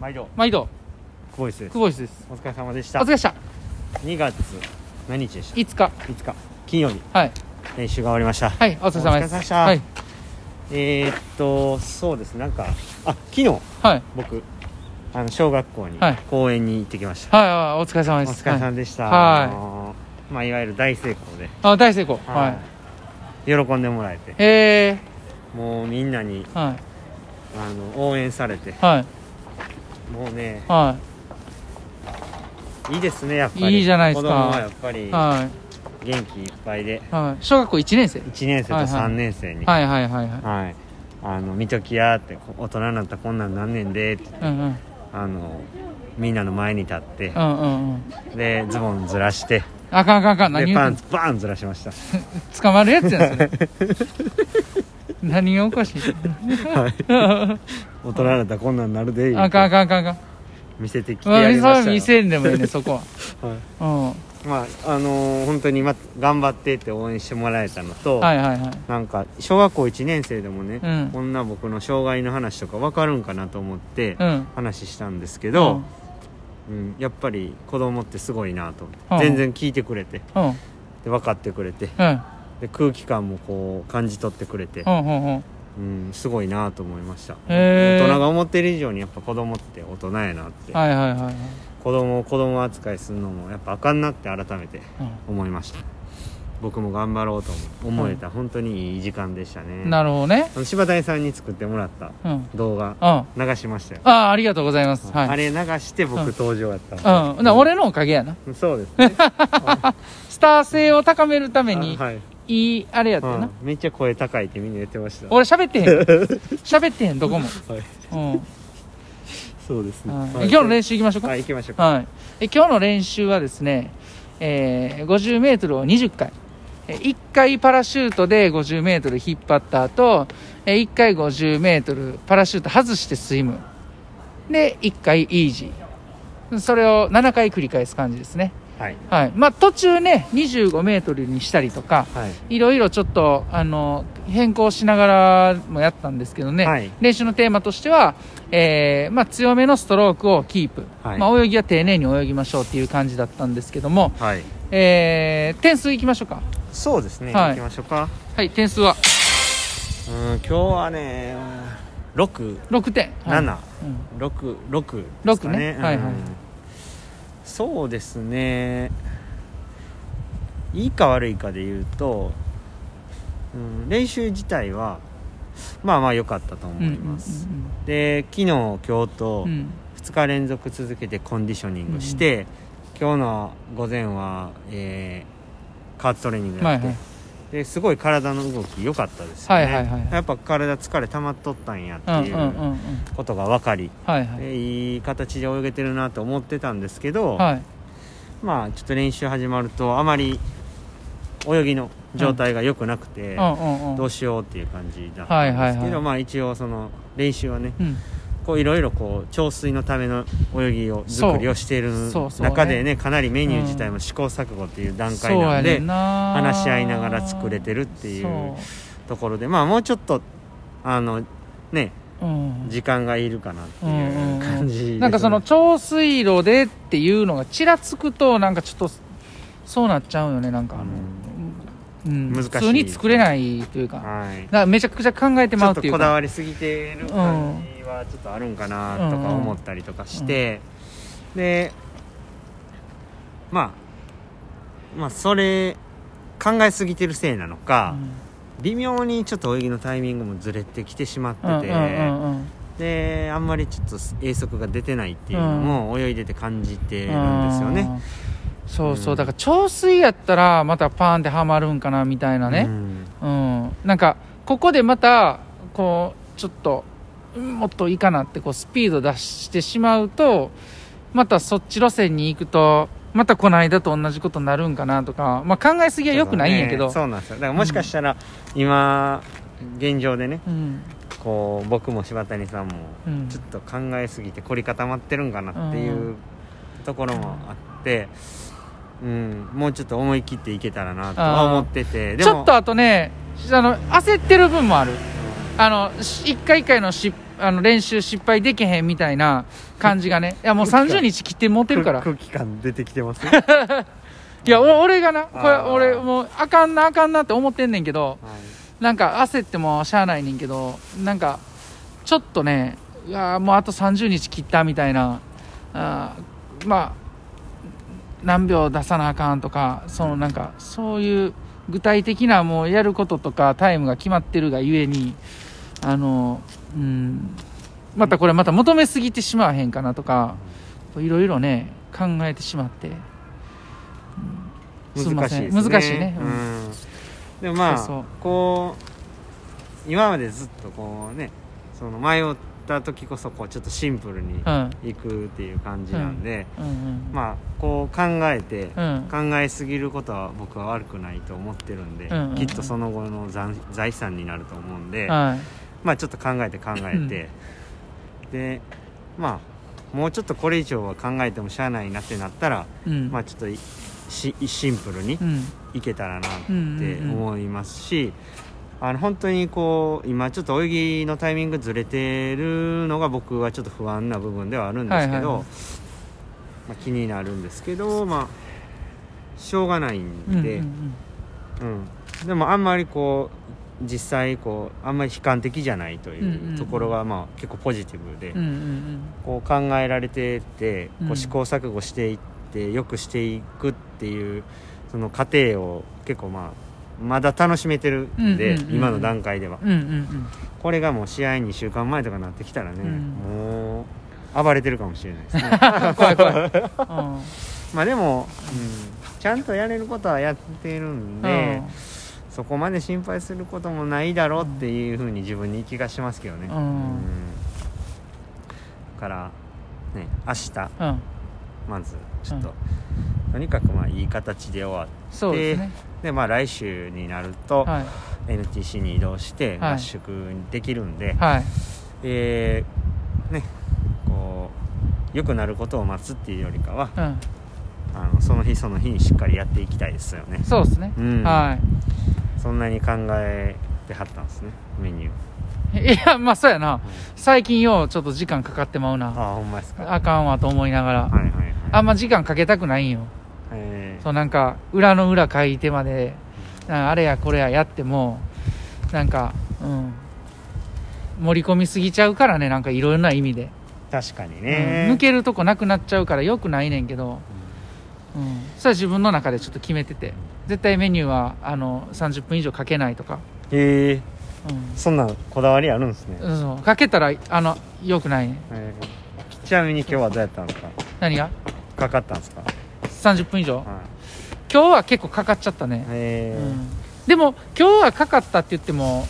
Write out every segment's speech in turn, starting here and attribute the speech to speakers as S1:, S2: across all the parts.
S1: 毎度
S2: 毎度
S1: 久保井です
S2: 久保石です
S1: お疲れ様でし
S2: お
S1: た
S2: 疲れでした
S1: 2月何日でした
S2: いつか
S1: 5日金曜日
S2: はい
S1: 練習が終わりました
S2: はいお疲れ様です
S1: お疲れ様でした
S2: はい
S1: えー、っとそうですなんかあ昨日
S2: はい
S1: 僕あの小学校に
S2: はい
S1: 公園に行ってきました、
S2: はいはいお疲れ様で
S1: お
S2: す
S1: 疲れ
S2: はい
S1: 様でした、
S2: はい
S1: あのーまあ、いわゆる大成功で、
S2: あ大成功は
S1: 喜んでもらえて
S2: いえ
S1: もうみんなに
S2: ーはい
S1: あの応援されて
S2: はい
S1: もうね
S2: はい
S1: いいですねやっぱり
S2: いいじゃないですか
S1: 子供はやっぱり
S2: は
S1: 元気いっぱいで
S2: いはい小学校一年生
S1: 1年生と
S2: はいはい
S1: 3年生に
S2: はいはいはいはい
S1: はい、あの見ときやってこ大人になったらこんなんなんねんでって
S2: うんうん
S1: あのみんなの前に立って
S2: うんうんうん
S1: でズボンずらして
S2: あかんあかんあかん何
S1: で
S2: 言
S1: パ
S2: う
S1: ン
S2: の
S1: ツバーンずらしました
S2: 捕まるやつやん それ何がおかしい
S1: 大人になったらこんなんなるで
S2: あかんあ
S1: ん
S2: かんあかんあかん
S1: 見せてきて
S2: うん
S1: やり
S2: それ
S1: まし
S2: は
S1: たよ
S2: 見せんでもいいねそこ
S1: はい
S2: は
S1: まああのー本当にま頑張ってって応援してもらえたの
S2: う
S1: と、
S2: んはいはいはい
S1: なんか小学校1年生でもね、
S2: うん
S1: こんな僕の障害の話とか分かるんかなと思って
S2: うん
S1: 話したんですけ
S2: う
S1: ど
S2: ん、
S1: うんやっぱり子供ってすごいなと思って、
S2: う
S1: 全
S2: ん
S1: 然聞いてくれて
S2: うん
S1: で分かってくれて
S2: うん
S1: で空気感もこう感じ取ってくれて
S2: う、んうんうん
S1: うん、すごいなと思いました
S2: へ
S1: 大
S2: ー
S1: 人が思ってる以上にやっぱ子供って大人やなって、
S2: はいはいはいはい
S1: 子供を子供扱いするのもやっぱあかんなって改めて思いました僕も頑張ろうと思思えた、本当にいい時間でしたね
S2: うんなるほどね
S1: あの柴谷さんに作ってもらった
S2: うんうん
S1: 動画
S2: あ
S1: 流しましたよ、
S2: あありがとうございますはい
S1: あれ流して僕
S2: うん
S1: 登場やった
S2: うん、な俺のおかげやな
S1: そうですね
S2: スター性を高めるために
S1: あはい、
S2: いいあれやった
S1: う
S2: な、
S1: んめっちゃ声高いってみんな言ってました
S2: 俺喋ってへん喋ってへんど こも、
S1: はい
S2: うん
S1: そうですね、
S2: はい
S1: はい
S2: 今日の練習行きましょうか
S1: は
S2: はいい、
S1: 行きましょうか
S2: え今日の練習はですね、えー、50m を20回1回パラシュートで 50m 引っ張った後えー1回 50m パラシュート外してスイムで1回イージーそれを7回繰り返す感じですね
S1: はい
S2: はいまあ、途中ね、25メートルにしたりとか、
S1: はい
S2: いろいろちょっとあの変更しながらもやったんですけどね、
S1: はい
S2: 練習のテーマとしては、えーまあ、強めのストロークをキープ、
S1: はい
S2: まあ、泳ぎは丁寧に泳ぎましょうっていう感じだったんですけども、
S1: はい
S2: えー点数いきましょうか、
S1: そうですね、
S2: はい
S1: 行きましょうか
S2: はい、点数は
S1: うん今日はね6
S2: 6点、はい
S1: 7
S2: うん
S1: 六六ですかね
S2: 六ねはいはい
S1: うんそうですねいいか悪いかで言うと、うん、練習自体はまあまあ良かったと思います、で昨日今日と
S2: うんうんうん
S1: 2日連続続けてコンディショニングして、今日の午前は、えー、カーツトレーニング
S2: うんは
S1: や
S2: い
S1: って、
S2: はい、
S1: ですごい体の動き良かったですよね、
S2: はいはいはい
S1: やっぱ体疲れ溜まっとったんやって
S2: うん
S1: い
S2: うんうんう
S1: うんことが分かり、
S2: はいはい
S1: でいい形で泳げてるなと思ってたんですけど、
S2: はい
S1: まあちょっと練習始まるとあまり泳ぎの状態が良くなくて、
S2: うんうんうん
S1: どうしようっていう感じだったんですけど、
S2: はいはいはい
S1: まあ一応その練習はね
S2: うん
S1: こういろいろこう調水のための泳ぎを作りをしている
S2: そうそう
S1: 中で
S2: そう
S1: ねかなりメニュー自体も試行錯誤っていう段階
S2: そう
S1: な
S2: や
S1: んで、
S2: ねんな
S1: 話し合いながら作れてるっていうところでまあもうちょっとあのね
S2: そううん
S1: 時間がいるかなって
S2: うん
S1: いううん感じですね
S2: なんかその超水路でっていうのがちらつくとなんかちょっとそうなっちゃうよねなんかあの、うん
S1: 難しい
S2: 普通に作れないというかだか
S1: はい
S2: らめちゃくちゃ考えて
S1: ちょ
S2: まう
S1: っ
S2: っ
S1: と
S2: ていう
S1: こだ
S2: か
S1: わりすぎてる感じはちょっとあるんかなとか思ったりとかして、でまあまあそれ考えすぎてるせいなのか、微妙にちょっと泳ぎのタイミングもずれてきてしまって
S2: うんうん
S1: て、
S2: うんうん
S1: であんまりちょっと泳速が出てないっていうのも泳いでて感じてるんですよね。
S2: うんそうそううんだから超水やったらまたパーンってはまるんかなみたいな
S1: う
S2: ね、
S1: ん
S2: うんなんかここでまたこうちょっとうんもっといいかなってこうスピード出してしまうとまたそっち路線に行くとまたこの間と同じことになるんかなとか、まあ、考えすぎはよくないんやけど
S1: そうだねそうなんですよだからもしかしたら今現状でね
S2: うん
S1: こう僕も柴谷さんも
S2: うん
S1: ちょっと考えすぎて凝り固まってるんかなっていううんところもあって、うん、もうちょっと思い切っていけたらなとは思っててで
S2: ちょ
S1: も
S2: っとあとねあの焦ってる分もあるあのし一回一回の失あの練習失敗できへんみたいな感じがねいやもう30日切って持ってるから
S1: 空気感出てきてます はい
S2: いやお俺がなこれ
S1: あー
S2: 俺もうあかんなあかんなって思ってんねんけどなんか焦ってもしゃあないねんけどなんかちょっとねいやーもうあと30日切ったみたいなあーまあ何秒出さなあかんとかそのなんかそういう具体的なもうやることとかタイムが決まってるがゆえにあのうんまたこれまた求めすぎてしまわへんかなとかいろいろね考えてしまって、うんすんま
S1: 難しい
S2: せん
S1: ですね
S2: 難しいね、うん
S1: うんでもまあ
S2: そうそう
S1: こう今までずっとこうねその迷った時こそこうちょっとシンプルに
S2: うん
S1: いくっていう感じなんで、
S2: うんうん
S1: まあこう考えて、
S2: うん
S1: 考えすぎることは僕は悪くないと思ってるんで、
S2: うんうんうん
S1: きっとその後の財財産になると思うんで、
S2: はい
S1: まあちょっと考えて考え て、でまあもうちょっとこれ以上は考えてもしゃあないなってなったら、
S2: うん
S1: まあちょっといしシンプルに
S2: うん
S1: いけたらなって
S2: うんうんうん
S1: 思いますし、あの本当にこう今ちょっと泳ぎのタイミングずれてるのが僕はちょっと不安な部分ではあるんですけど、
S2: はいはいはい
S1: まあ、気になるんですけどまあしょうがないんで、
S2: うん
S1: うん、でもあんまりこう実際こうあんまり悲観的じゃないと
S2: うんう
S1: い
S2: ん
S1: うところがまあ結構ポジティブで、
S2: うんうんうん
S1: こう考えられてって
S2: う
S1: こ
S2: ん
S1: う試行錯誤していってよくしていくっていうその過程を結構まあまだ楽しめてるんで、
S2: うんうんうんうん
S1: 今の段階では
S2: うんうんうん
S1: これがもう試合2週間前とかなってきたらね、
S2: うん
S1: もう暴れてるかもしれないです ね
S2: うん怖い怖い、うん
S1: まあでも、うん、ちゃんとやれることはやってるんで、そこまで心配することもないだろうっていうふうに自分に気がしますけどね、
S2: うん
S1: だからね明日
S2: うんうん
S1: まずちょっと、とにかくまあいい形で終わっ
S2: そうですね、
S1: てでまあ来週になると、
S2: はい
S1: NTC に移動して
S2: はい
S1: 合宿できるんで、
S2: はい
S1: えーねこう良くなることを待つっていうよりかは
S2: うん
S1: あのその日その日にしっかりやっていきたいですよね
S2: そうですね、
S1: うん
S2: は
S1: そんなに考えてはったんですねメニュー
S2: いいやまあそうやな最近ようちょっと時間かかってまうな
S1: ああほんまですか
S2: あかんわと思いながら
S1: はいはいはい
S2: あんま時間かけたくないんよ
S1: えー
S2: そうなんか裏の裏書いてまでなんかあれやこれややってもなんかうん盛り込みすぎちゃうからねなんかいろんな意味で、
S1: 確かに
S2: うん
S1: ね
S2: 抜、けるとこなくなっちゃうからよくないねんけど、うん、それは自分の中でちょっと決めてて絶対メニューはあの30分以上かけないとか、
S1: ええ
S2: うん
S1: そんなこだわりあるんですね、
S2: そうかけたらあのよくないね
S1: えーちなみに今日はどうやったんですか
S2: 何が
S1: かかったんですか、
S2: 30分以上
S1: は
S2: 今日は結構かかっちゃったね
S1: い、、えー
S2: うんでも今日はかかったって言っても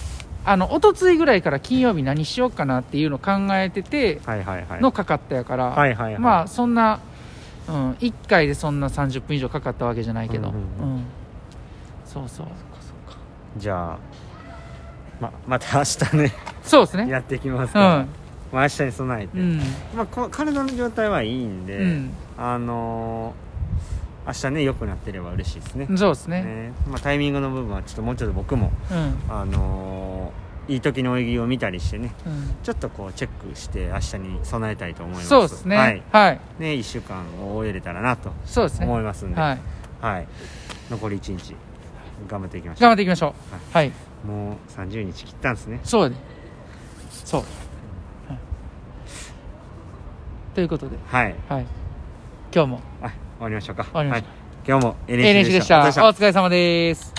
S2: あの一昨日ぐらいから金曜日何しようかなっていうのを考えてて
S1: はいはいはい
S2: のかかったやから、
S1: はいはいはい
S2: まあそんな、うん、1回でそんな30分以上かかったわけじゃないけど、
S1: うんうん
S2: うんそうそう
S1: じゃあままた明日ね
S2: そうですね
S1: やっていきます
S2: う
S1: から、
S2: ん
S1: まあ、明日に備えて、
S2: うん
S1: まあ、こ体の状態はいいんで、あのー明日ね良くなってれば嬉しいですね,、
S2: うんそうですね
S1: ねまあ、タイミングの部分はちょっともうちょっと僕も
S2: うん
S1: あのーいい時の泳ぎを見たりしてね
S2: うん
S1: ちょっとこうチェックして明日に備えたいと思います
S2: そうですね
S1: は
S2: はいい、
S1: ね1週間を終えれたらなと
S2: そうですね
S1: 思
S2: はい
S1: ますんで、はい
S2: い
S1: 残り1日頑張っていきましょ
S2: 頑張っていきましょうはい、
S1: うもう30日切ったんですね
S2: そうやでそう、はいということで
S1: はい
S2: はい今日も
S1: あ終わりましょうか
S2: 終わりましょう
S1: はい、今日も
S2: NH
S1: NHC
S2: で
S1: で
S2: し
S1: した
S2: た
S1: お疲れ様でした
S2: お疲れ様です